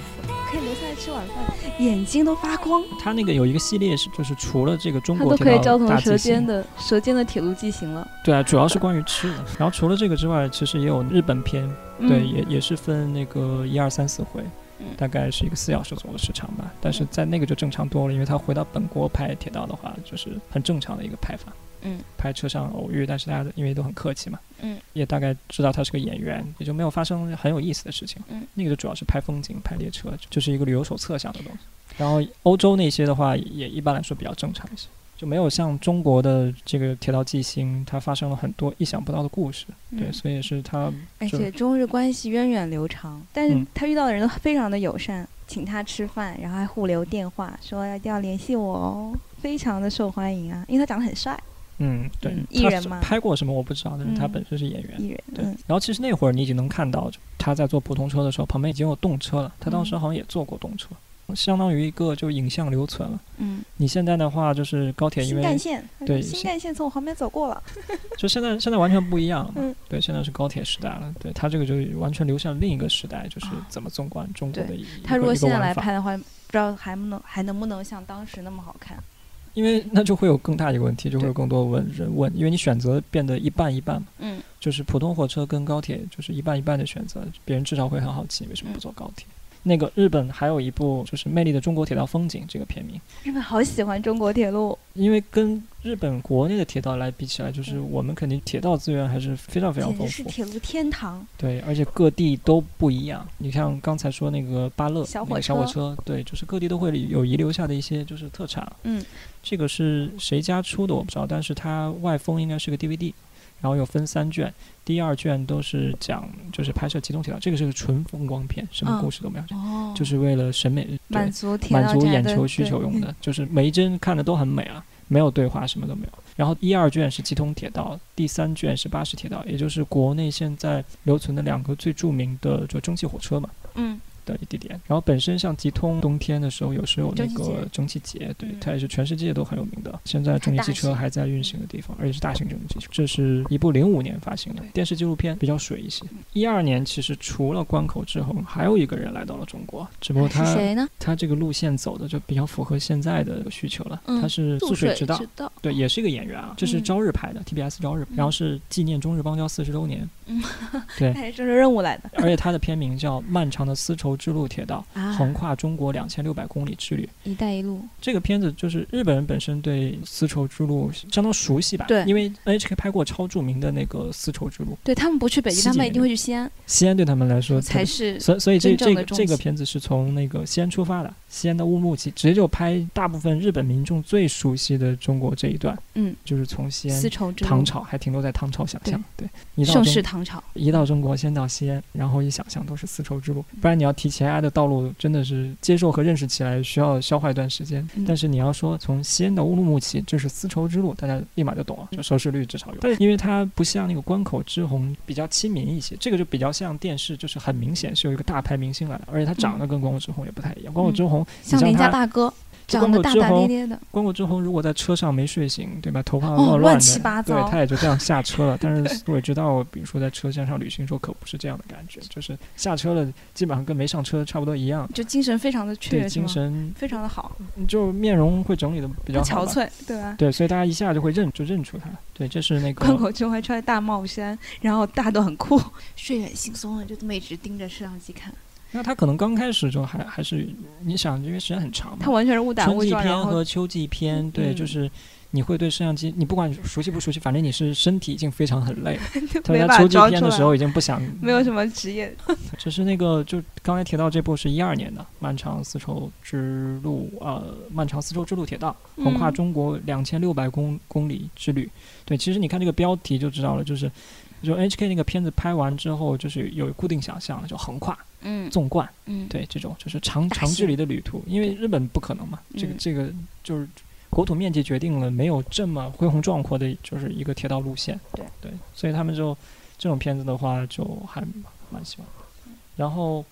可以留下来吃晚饭，眼睛都发光。
他那个有一个系列是，就是除了这个中
它
国
都可以
铁
叫
道
做
大
舌
纪
尖
行，
的舌尖的铁路纪行了。
对啊，主要是关于吃的。然后除了这个之外，其实也有日本片，对，也也是分那个一二三四回
嗯。
大概是一个四小时左右的时长吧，但是在那个就正常多了，因为他回到本国拍铁道的话，就是很正常的一个拍法。
嗯，
拍车上偶遇，但是大家因为都很客气嘛，
嗯，
也大概知道他是个演员，也就没有发生很有意思的事情。
嗯，
那个就主要是拍风景、拍列车，就是一个旅游手册上的东西。然后欧洲那些的话，也一般来说比较正常一些，就没有像中国的这个铁道纪行，它发生了很多意想不到的故事。
嗯
对，所以也是它
而
就
且中日关系源远流长，但是
嗯
他遇到的人都非常的友善，请他吃饭，然后还互留电话，说一定要联系我哦，非常的受欢迎啊，因为他长得很帅，
嗯，对
嗯，
他
艺人
是
嘛
拍过什么我不知道，但是他
嗯
本身是演员。
艺人，
对，
嗯
然后其实那会儿你已经能看到，就他在坐普通车的时候，旁边已经有动车了。他当时
嗯
好像也坐过动车，相当于一个就影像留存了。
嗯，
你现在的话就是高铁，因
新干
为
线，他
对
说新
是
干线从我旁边走过了，
就现在现在完全不一样了嘛。
嗯
对，现在是高铁时代了。对他这个就完全留下了另一个时代，就是
啊
怎么纵观中国的
对
一一
他
个
如果
一个
现在
玩
来
法。
拍的话，不知道还能还能不能像当时那么好看。
因为那就会有更大一个问题，就会有更多问人问，因为你选择变得一半一半嘛，
嗯，
就是普通火车跟高铁就是一半一半的选择，别人至少会很好奇为什么不
嗯
坐高铁。那个日本还有一部就是《魅力的中国铁道风景》这个片名，
日本好喜欢中国铁路，
因为跟日本国内的铁道来比起来，就是
嗯
我们肯定铁道资源还是非常非常
简
丰
直是
富，
铁路天堂。
对，而且各地都不一样。你像刚才说那个巴勒
小
那
火
个小火车，对，就是各地都会有遗留下的一些就是特产。
嗯，
这个是谁家出的我不知道，但是它外封应该是个 DVD，然后又分三卷，第二卷都是讲就是拍摄集中铁道，这个是个纯风光片，什么
嗯
故事都没有，
哦
就是为了审美对
满足铁道
满足
宅
眼
啊的
球需
对嗯
求用的，就是每一帧看的都很美啊，没有对话，什么都没有。然后一二卷是七通铁道，第三卷是巴士铁道，也就是国内现在留存的两个最著名的就蒸汽火车嘛。
嗯，
的地点。然后本身像吉通，冬天的时候有时候有那
蒸汽
个
节
蒸汽节，对
嗯，
它也是全世界都很有名的。现在重型
大
汽车
型
还在运行的地方，而且是大型重型汽车。这是一部零五年发行的
对嗯
电视纪录片，比较水一些。一二年其实除了关口志宏，还有一个人来到了中国，只不过
哎是
他
谁呢？
他这个路线走的就比较符合现在的需求了。
嗯
他是
素
素水
知
知道，对，也是一个演员啊，这
嗯
是朝日拍的、TBS 朝日，然后是纪念中日邦交四十周年，
那是政治任务来的
而且它的片名叫《漫长的丝绸之路铁道：
啊
横跨中国两千六百公里之旅》。
一带一路
这个片子就是日本人本身对丝绸之路相当熟悉吧？
对
因为 NHK 拍过超著名的那个丝绸之路，
对他们不去北京，
西
他们
景
一定会去西安，
西安对他们来说
才
特别
是
所以所以这这
真正的
个
重
这个
心
片子是从那个西安出发的，西安的乌鲁木齐直接就拍大部分日本民众最熟悉的中国这一段，
嗯，
就是从西安
丝绸之
唐
路，
朝还停留在唐朝想象，对，一到
盛
中
世唐朝。
一到中国先到西安，然后一想象都是丝绸之路，不然你要提前安的道路真的是接受和认识起来需要消化一段时间，
嗯
但是你要说从西安到乌鲁木齐这是丝绸之路，大家立马就懂了，就收视率至少有，但是因为它不像那个关口之红比较亲民一些，这个就比较像电视，就是很明显是有一个大牌明星来的，而且他长得跟关口之红也不太一样，关口之红
嗯像
像
邻家
他
大哥，
就
长得
光口
大
之
大咧
后
咧的，
关过之后，如果在车上没睡醒，对吧？头发
哦
乱
乱
的
七八糟
对，他也就这样下车 了。但是我也知道，哦比如说在车厢上旅行的时候，可不是这样的感觉，就是下车了，基本上跟没上车差不多一样。
就精神非常的雀
对，
跃，是
精
吗？
神
非常的好，
就面容会整理的比
不
较好
憔
吧。
悴，对吧？
对，所以大家一下就会认就认出他。对，这是那
关
个
口之后还穿着大帽衫，然后大家都很酷，睡眼惺忪的，就这么一直盯着摄像机看。
那他可能刚开始就还还是你想，因为时间很长嘛
他，完全是误打
春
误
季
撞，然
片
后
和秋季片，对，就
嗯
是你会对摄像机，你不管熟悉不熟悉，反正你是身体已经非常很累了。他
没
在
把
秋
它
季
装
片
出
的
来
时，候嗯已经不想
没有什么职业。
只是那个，就刚才提到这部是一二年的《漫长丝绸之路》，呃，《漫长丝绸之路铁道》，横跨
嗯
中国两千六百公公里之旅。对，其实你看这个标题就知道了，就是就 HK 那个片子拍完之后，就是有固定想象了，就横跨、
嗯
纵贯，
嗯，
对，这种就是长
大
长距
型
离的旅途，因为日本不可能嘛，这个
嗯
这个就是国土面积决定了没有这么恢宏壮阔的，就是一个铁道路线。
对
对，所以他们就这种片子的话，就还蛮喜欢的。然后，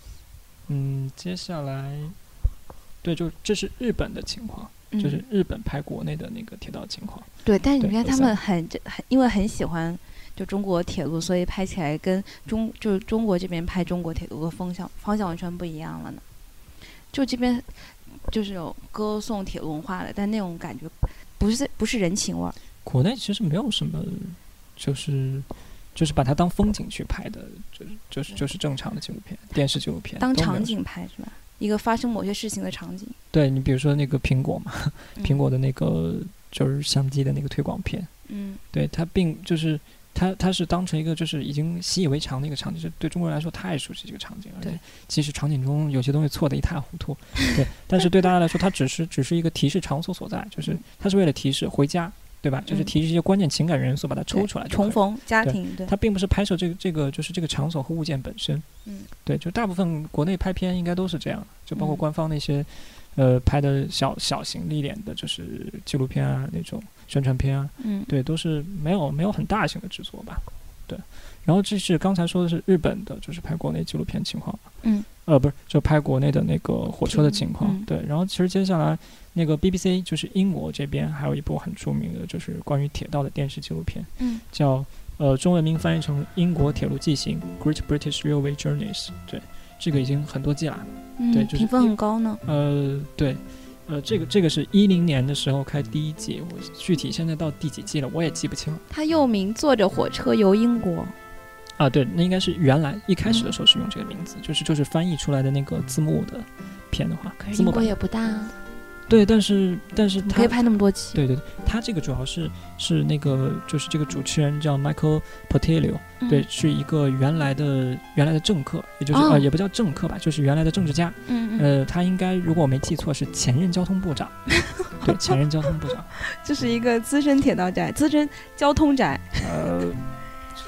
嗯，接下来，对，就这是日本的情况，
嗯
就是日本拍国内的那个铁道情况。
对。但是
对
你看
有
他
三
们很这很，因为很喜欢就中国铁路，所以拍起来跟中就是中国这边拍中国铁路的方向方向完全不一样了呢。就这边就是有歌颂铁路文化的，但那种感觉不是不是人情味儿。
国内其实没有什么，就是。就是把它当风景去拍的，就是就是就是正常的纪录片、电视纪录片，
当
都没有
场
什么
景拍是吧？一个发生某些事情的场景。
对你比如说那个苹果嘛，
嗯
苹果的那个就是相机的那个推广片，
嗯，
对它并就是它它是当成一个就是已经习以为常的一个场景，就对中国人来说太熟悉这个场景了，而
对
且其实场景中有些东西错的一塌糊 涂，对，但是对大家来说，它只是只是一个提示场所所在，就是它是为了提示回家，对吧？就是
嗯
提示一些关键情感元素，把它抽
对
出来就可以
重
了
逢家
啊对
庭，对，
它并不是拍摄这个这个就是这个场所和物件本身。
嗯，
对，就大部分国内拍片应该都是这样的，就包括
嗯
官方那些，呃，拍的小小型一点的，就是纪录片啊那种宣传片啊，
嗯
对，都是没有没有很大型的制作吧。对，然后这是刚才说的是日本的，就是拍国内纪录片情况。
嗯，
呃，不是，就拍国内的那个火车的情况。
嗯
对，然后其实接下来那个 BBC 就是英国这边还有一部很著名的，就是关于铁道的电视纪录片。
嗯，
叫呃中文名翻译成《英国铁路纪行》（Great British Railway Journeys）。对，这个已经很多季了。对
嗯，
就是
评分很高呢。
呃，对，呃，这个这个是一零年的时候开第一季，我具体现在到第几季了我也记不清了。
它又名《坐着火车游英国》，
啊，对，那应该是原来一开始
嗯
的时候是用这个名字，就是就是翻译出来的那个字幕的片的话，
可
字
是
幕
英国
版
也不大啊，
对，但是但是
你
它
可以拍那么多期。
对对，对它这个主要是是那个就是这个主持人叫 Michael Portillo，
嗯
对，，是一个原来的原来的政客，也就是、
哦
呃，也不叫政客吧，就是原来的政治家。
嗯嗯，
呃，他应该如果我没记错是前任交通部 长，对，前任交通部长。
这是一个资深铁道宅，资深交通宅，
呃，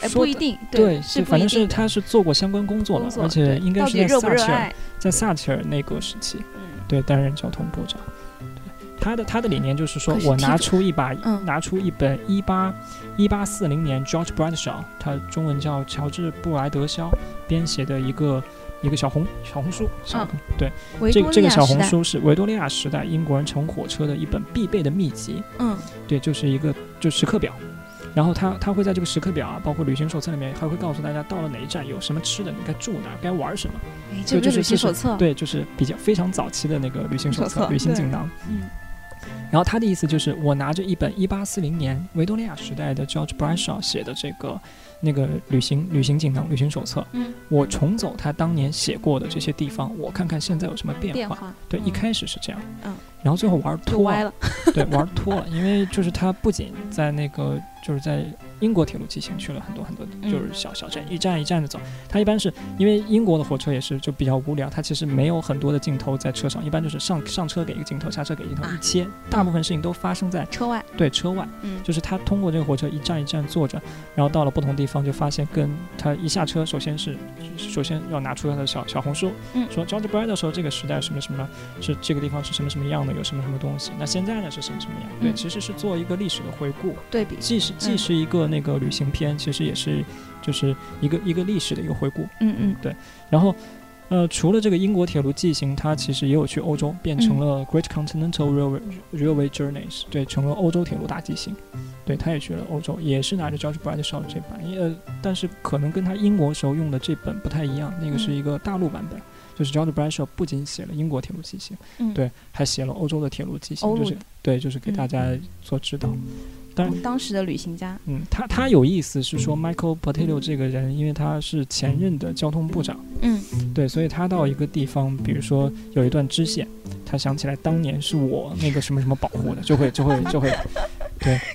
哎，
说
不一
的。
定，
对，
是不
反
一
正是
定
他是做过相关工作
工
的，
作
而且
对
应该
到
是
底
在
热不
撒
热
切尔，
爱？
在撒切尔那个时期，
嗯，
对，担任交通部长。对，他的他的理念就是说
可，是
我
踢
拿
足
出一把、
嗯
拿出一本一八一八四零年 George Bradshaw，他中文叫乔治布莱德肖编写的一个一个小红小红书，小
嗯
红对，
维
这
多
个这
利
个
亚
小
时
红
代，
书是维多利亚时代英国人乘火车的一本必备的秘籍，
嗯
对，就是一个就时刻表。然后它它会在这个时刻表啊，包括旅行手册里面，还会告诉大家到了哪一站有什么吃的，你该住哪儿，该玩什么。
哎，
对
这
就
不
是这
旅行
是
手册，
对，就是比较非常早期的那个旅行手
手
册《
册
旅行
对
锦囊》。
嗯
然后他的意思就是，我拿着一本1840年维多利亚时代的 George Bradshaw 写的这个那个旅行旅行锦囊、旅行手册，
嗯，
我重走他当年写过的这些地方，我看看现在有什么变化。
变化，
对，
嗯
一开始是这样，
嗯，
然后最后玩
就
脱
歪，了，
对，玩脱了，因为就是他不仅在那个就是在英国铁路骑行去了很多很多，
嗯
就是小小站一站一站的走。他一般是因为英国的火车也是就比较无聊，他其实没有很多的镜头在车上，一般就是上上车给一个镜头，下车给一个镜头，
啊
一切大部分事情都发生在
车外，
对车外。
嗯
就是他通过这个火车一站一站坐着，然后到了不同地方就发现跟他一下车，首先是首先要拿出他的小小红书，
嗯
说 George Brad 说这个时代什么什么是这个地方是什么什么样的，有什么什么东西，那现在呢是什么什么样？对，
嗯
其实是做一个历史的回顾，
对比，
既是既
嗯
是一个那个旅行片，其实也是就是一个一个历史的一个回顾。
嗯嗯
然后，呃，除了这个英国铁路纪行，它其实也有去欧洲，变成了
嗯
Great Continental Railway Railway Journeys，对，成了欧洲铁路大纪行。对，他也去了欧洲，也是拿着 George Bradshaw 这版，呃，但是可能跟他英国时候用的这本不太一样，那个是一个大陆版本。就是 George Bradshaw 不仅写了英国铁路纪行，
嗯，
对，还写了欧洲的铁路纪行，
欧
就
陆嗯哦
是
的
对，就是给大家做指导。当然
当时的旅行家，
嗯，他他有意思是说
嗯
Michael Portillo 这个人，因为他是前任的交通部长。
嗯
对，所以他到一个地方，比如说有一段支线，他想起来当年是我那个什么什么保护的，就会就会 就会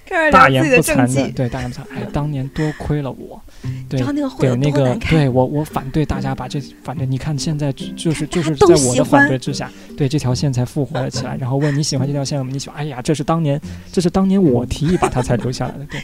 开始
大言不惭的，，对大言不惭， 哎，当年多亏了我，对
知道那个会
对
有
那
多
个
难看，
对我我反对大家把这反正你看现在只就是就
大家
是
都
在我
喜
的反
欢
对之下，对这条线才复活了起来，然后问你喜欢这条线吗？你喜欢？哎呀，这是当年这是当年我提议把它才留下来的，对，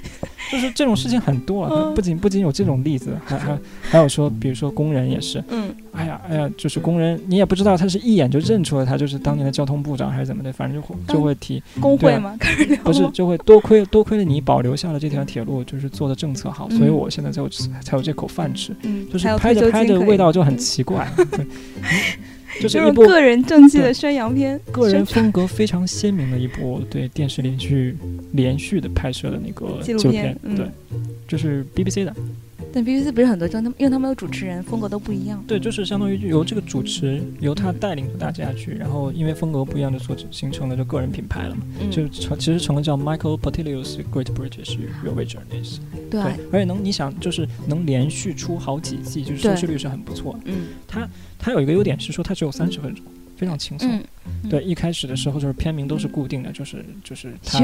就是这种事情很多啊，
嗯
不仅不仅有这种例子，还还还有说，比如说工人也是。
嗯
哎呀，哎呀，就是工人，你也不知道他是一眼就认出了他就是当年的交通部长还是怎么的，反正就会就会提，
工
对
会
啊
嘛，开始聊
不是
了
就会多亏多亏了你保留下了这条铁路，就是做的政策好，所以
嗯
我现在才有才有这口饭吃，
嗯，
就是
还有
拍
退
着
休
拍
金
着
可以
味道就很奇 怪，对，就
这
是一
种
部
个人政绩
对
的宣扬片，
个人
宣
风格非常鲜明的一 部对电视连续连续的拍摄的那个纪
纪录
录
片嗯
对，这是 BBC 的，
但 BBC 不是很多，就他们因为他们的主持人风格都不一样，
对，就是相当于由这个主持由他带领着大家去，然后因为风格不一样，就所形成了就个人品牌了嘛，
嗯，
就成其实成了叫 Michael Portillo's Great British Railway Journeys。
对啊，
而且能你想就是能连续出好几季，就是收
对
视率是很不错的。
嗯
它有一个优点是说它只有三十分钟，非常轻松。
嗯，
对，一开始的时候就是片名都是固定的，就是就是它
咻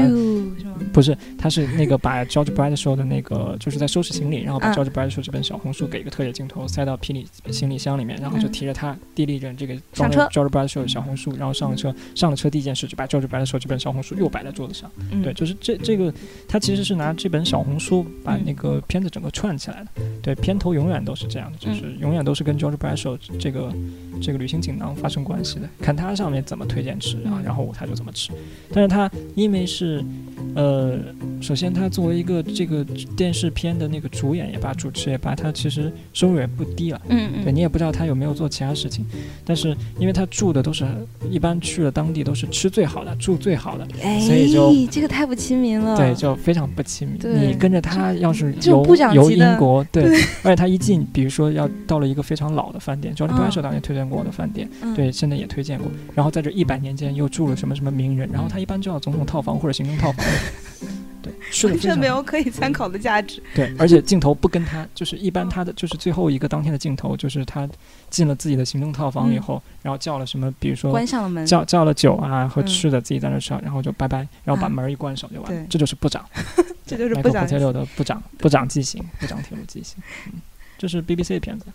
是吗？
不是，他是那个把 George Bradshaw 的那 个，就是在收拾行李，然后把
嗯
George Bradshaw 这本小红书给一个特写镜头塞到皮里行李箱里面，然后就
嗯
提着他递了一卷这个装
上
着 George Bradshaw 的小红书，然后上了车，上了车第一件事就把 George Bradshaw 这本小红书又摆在桌子上。
嗯
对，就是这这个，他其实是拿这本小红书
嗯
把那个片子整个串起来的。对，片头永远都是这样的，就是
嗯
永远都是跟 George Bradshaw 这个这个旅行锦囊发生关系的，看他上面怎么推荐吃，然后
嗯
然后他就怎么吃。但是他因为是，呃，首先他作为一个这个电视片的那个主演也罢，主持也罢，他其实收入也不低了。
嗯
对
嗯
你也不知道他有没有做其他事情，但是因为他住的都是一般去了当地都是吃最好的，住最好的，
哎，
所以就
这个太不亲民了，
对，就非常不亲民。
嗯对
你跟着他，要是
这种
游
部长
游
级的
英国，对，而且他一进，比如说要到了一个非常老的饭店，George
嗯
Bradshaw 当年推荐过我的饭店，
嗯
对，现在也推荐过。然后在这一百年间又住了什么什么名人，然后他一般就要总统套房或者行政套房，对，吃的
完
非
全
常
没有可以参考的价值，
对，而且镜头不跟他，就是一般他的就是最后一个当天的镜头，就是他进了自己的行政套房以
嗯
后，然后叫了什么，比如说
关上了门，
叫叫了酒啊和
嗯
吃的，自己在那吃，然后就拜拜，然后把
啊
门一关手就完了
对，
这就是部长。
这就是
麦
不
克普
讲
切六的部长部长记行，部长铁路记行，嗯这是 BBC 的片子。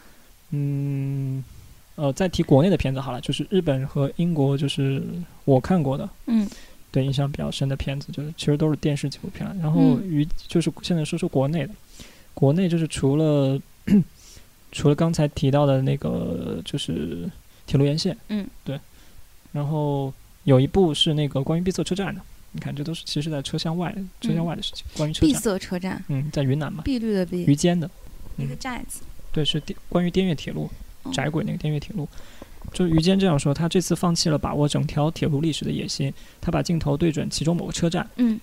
嗯，呃，再提国内的片子好了，就是日本和英国，就是我看过的，
嗯
对印象比较深的片子，就是其实都是电视纪录片了。然后
嗯
于就是现在说说国内的，国内就是除了 除了刚才提到的那个就是铁路沿线，
嗯，
对，然后有一部是那个关于闭塞车站的。你看，这都是其实在车厢外、车厢
嗯
外的事情，关于车
闭
站。
塞车站，
嗯，在云南嘛，
碧绿的碧，
于坚的，
一个寨子，
对，是滇关于滇越铁路，
嗯
窄轨那个滇越铁路。就于坚这样说，他这次放弃了把握整条铁路历史的野心，他把镜头对准其中某个车站。
嗯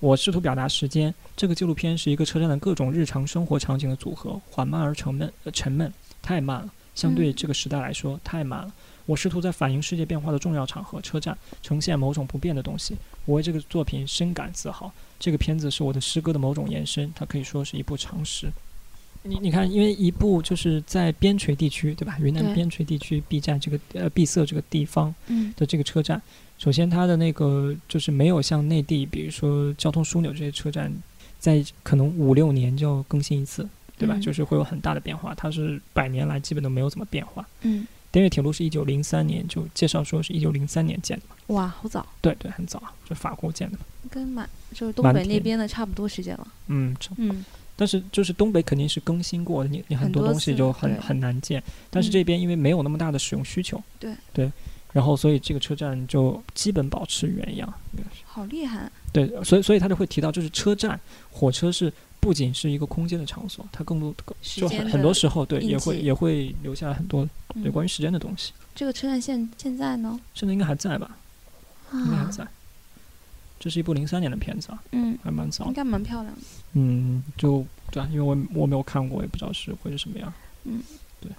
我试图表达时间，这个纪录片是一个车站的各种日常生活场景的组合，缓慢而沉闷，呃，沉闷，太慢了，相对
嗯
这个时代来说太慢了。我试图在反映世界变化的重要场合——车站，呈现某种不变的东西。我为这个作品深感自豪。这个片子是我的诗歌的某种延伸，它可以说是一部长诗。你你看，因为一部就是在边陲地区，对吧？云南
对
边陲地区避站这个呃闭塞这个地方，
嗯
的这个车站，首先它的那个就是没有像内地，比如说交通枢纽这些车站，在可能五六年就更新一次，对吧？
嗯
就是会有很大的变化，它是百年来基本都没有怎么变化。
嗯，
滇越铁路是一九零三年就介绍说是一九零三年建的嘛，
哇，好早，
对对，很早啊，就法国建的嘛，
跟满就是东
满
北那
田
边的差不多时间了。
嗯，
嗯
但是就是东北肯定是更新过的，你你很
很
多
多
东西
次
就很
对嗯
很难见。但是这边因为没有那么大的使用需求，
对
对，然后所以这个车站就基本保持原样，应该是。
好厉害。
对，所以所以他就会提到，就是车站，火车是不仅是一个空间的场所，它更多
时
就
间
很
的
很多时候对
印
也会
记
也会留下很多对
嗯
关于时间的东西。
这个车站现现在呢？
现在应该还在吧？应该还
啊，
在。这是一部零三年的片子啊，
嗯，
还蛮早
应
的。
该蛮漂亮的。
嗯，就对啊，因为我我没有看过，也不知道是会是什么样。
嗯，
对，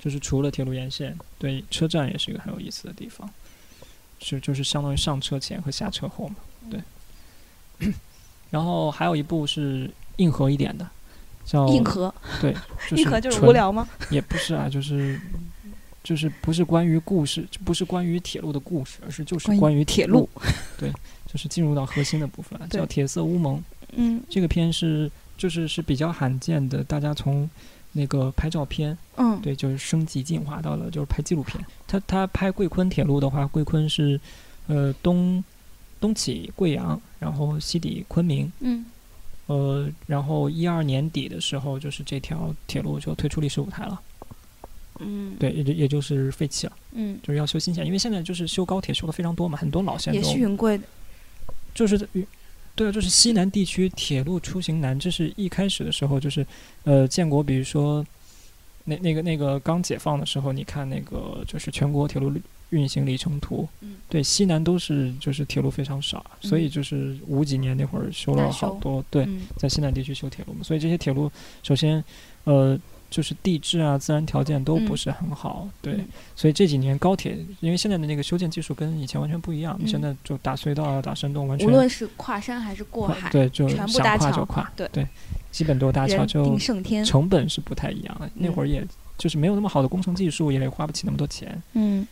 就是除了铁路沿线，对车站也是一个很有意思的地方，是就是相当于上车前和下车后嘛，对。
嗯
然后还有一部是硬核一点的，叫
硬，核，
对，
硬核就是
哦纯
无，聊吗？
也不是啊，就是。就是不是关于故事，不是关于铁路的故事，而是就是
关于
关于
铁
铁路，对，就是进入到核心的部分了，
对
叫《铁色乌蒙》。
嗯
这个片是就是是比较罕见的，大家从那个拍照片，
嗯，
对，就是升级进化到了就是拍纪录片。他他拍贵昆铁路的话，贵昆是呃东东起贵阳，然后西抵昆明，
嗯
呃，然后一二年底的时候，就是这条铁路就退出历史舞台了，
嗯，
对，也就也就是废弃了，
嗯，
就是要修新线，因为现在就是修高铁修的非常多嘛，很多老线
也
都
是云贵的，
就是在于对啊，就是西南地区铁路出行难，这是一开始的时候，就是呃，建国，比如说那那个那个刚解放的时候，你看那个就是全国铁路运行里程图，
嗯
对，西南都是就是铁路非常少，所以
嗯
就是五几年那会儿修了
大
好
修
多，对，
嗯
在西南地区修铁路嘛，所以这些铁路首先呃。就是地质啊，自然条件都不
嗯
是很好，对
嗯，
所以这几年高铁，因为现在的那个修建技术跟以前完全不一样，
嗯
现在就打隧道啊、打山洞，完全
无论是跨山还是过
跨
海，
对，就
全部
想
搭
跨就
桥
跨，
对
基本都搭桥
人
就
定胜天，
成本是不太一样的。那
嗯
会儿也就是没有那么好的工程技术，也花不起那么多钱，
嗯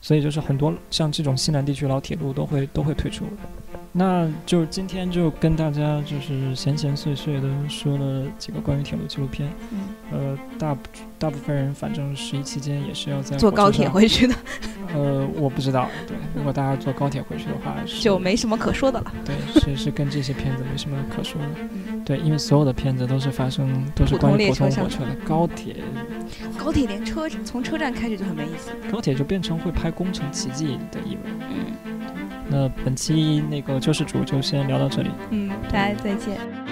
所以就是很多像这种西南地区老铁路都会都会退出。那就是今天就跟大家就是闲闲碎碎的说了几个关于铁路纪录片，
嗯，
呃，大部大部分人反正十一期间也是要在
坐
火
高
车
铁
上，
回去的
呃，我不知道，对，如果大家坐高铁回去的话是，
就没什么可说的了。
对，是是跟这些片子没什么可说的。
嗯
对，因为所有的片子都是发生都是
普通
关于
列
普通
车
火
上
车的，高铁
高铁连车从车站开始就很没意思。
高铁就变成会拍工程奇迹的意味。
嗯
那本期那个救世主就先聊到这里。
嗯，大家再见。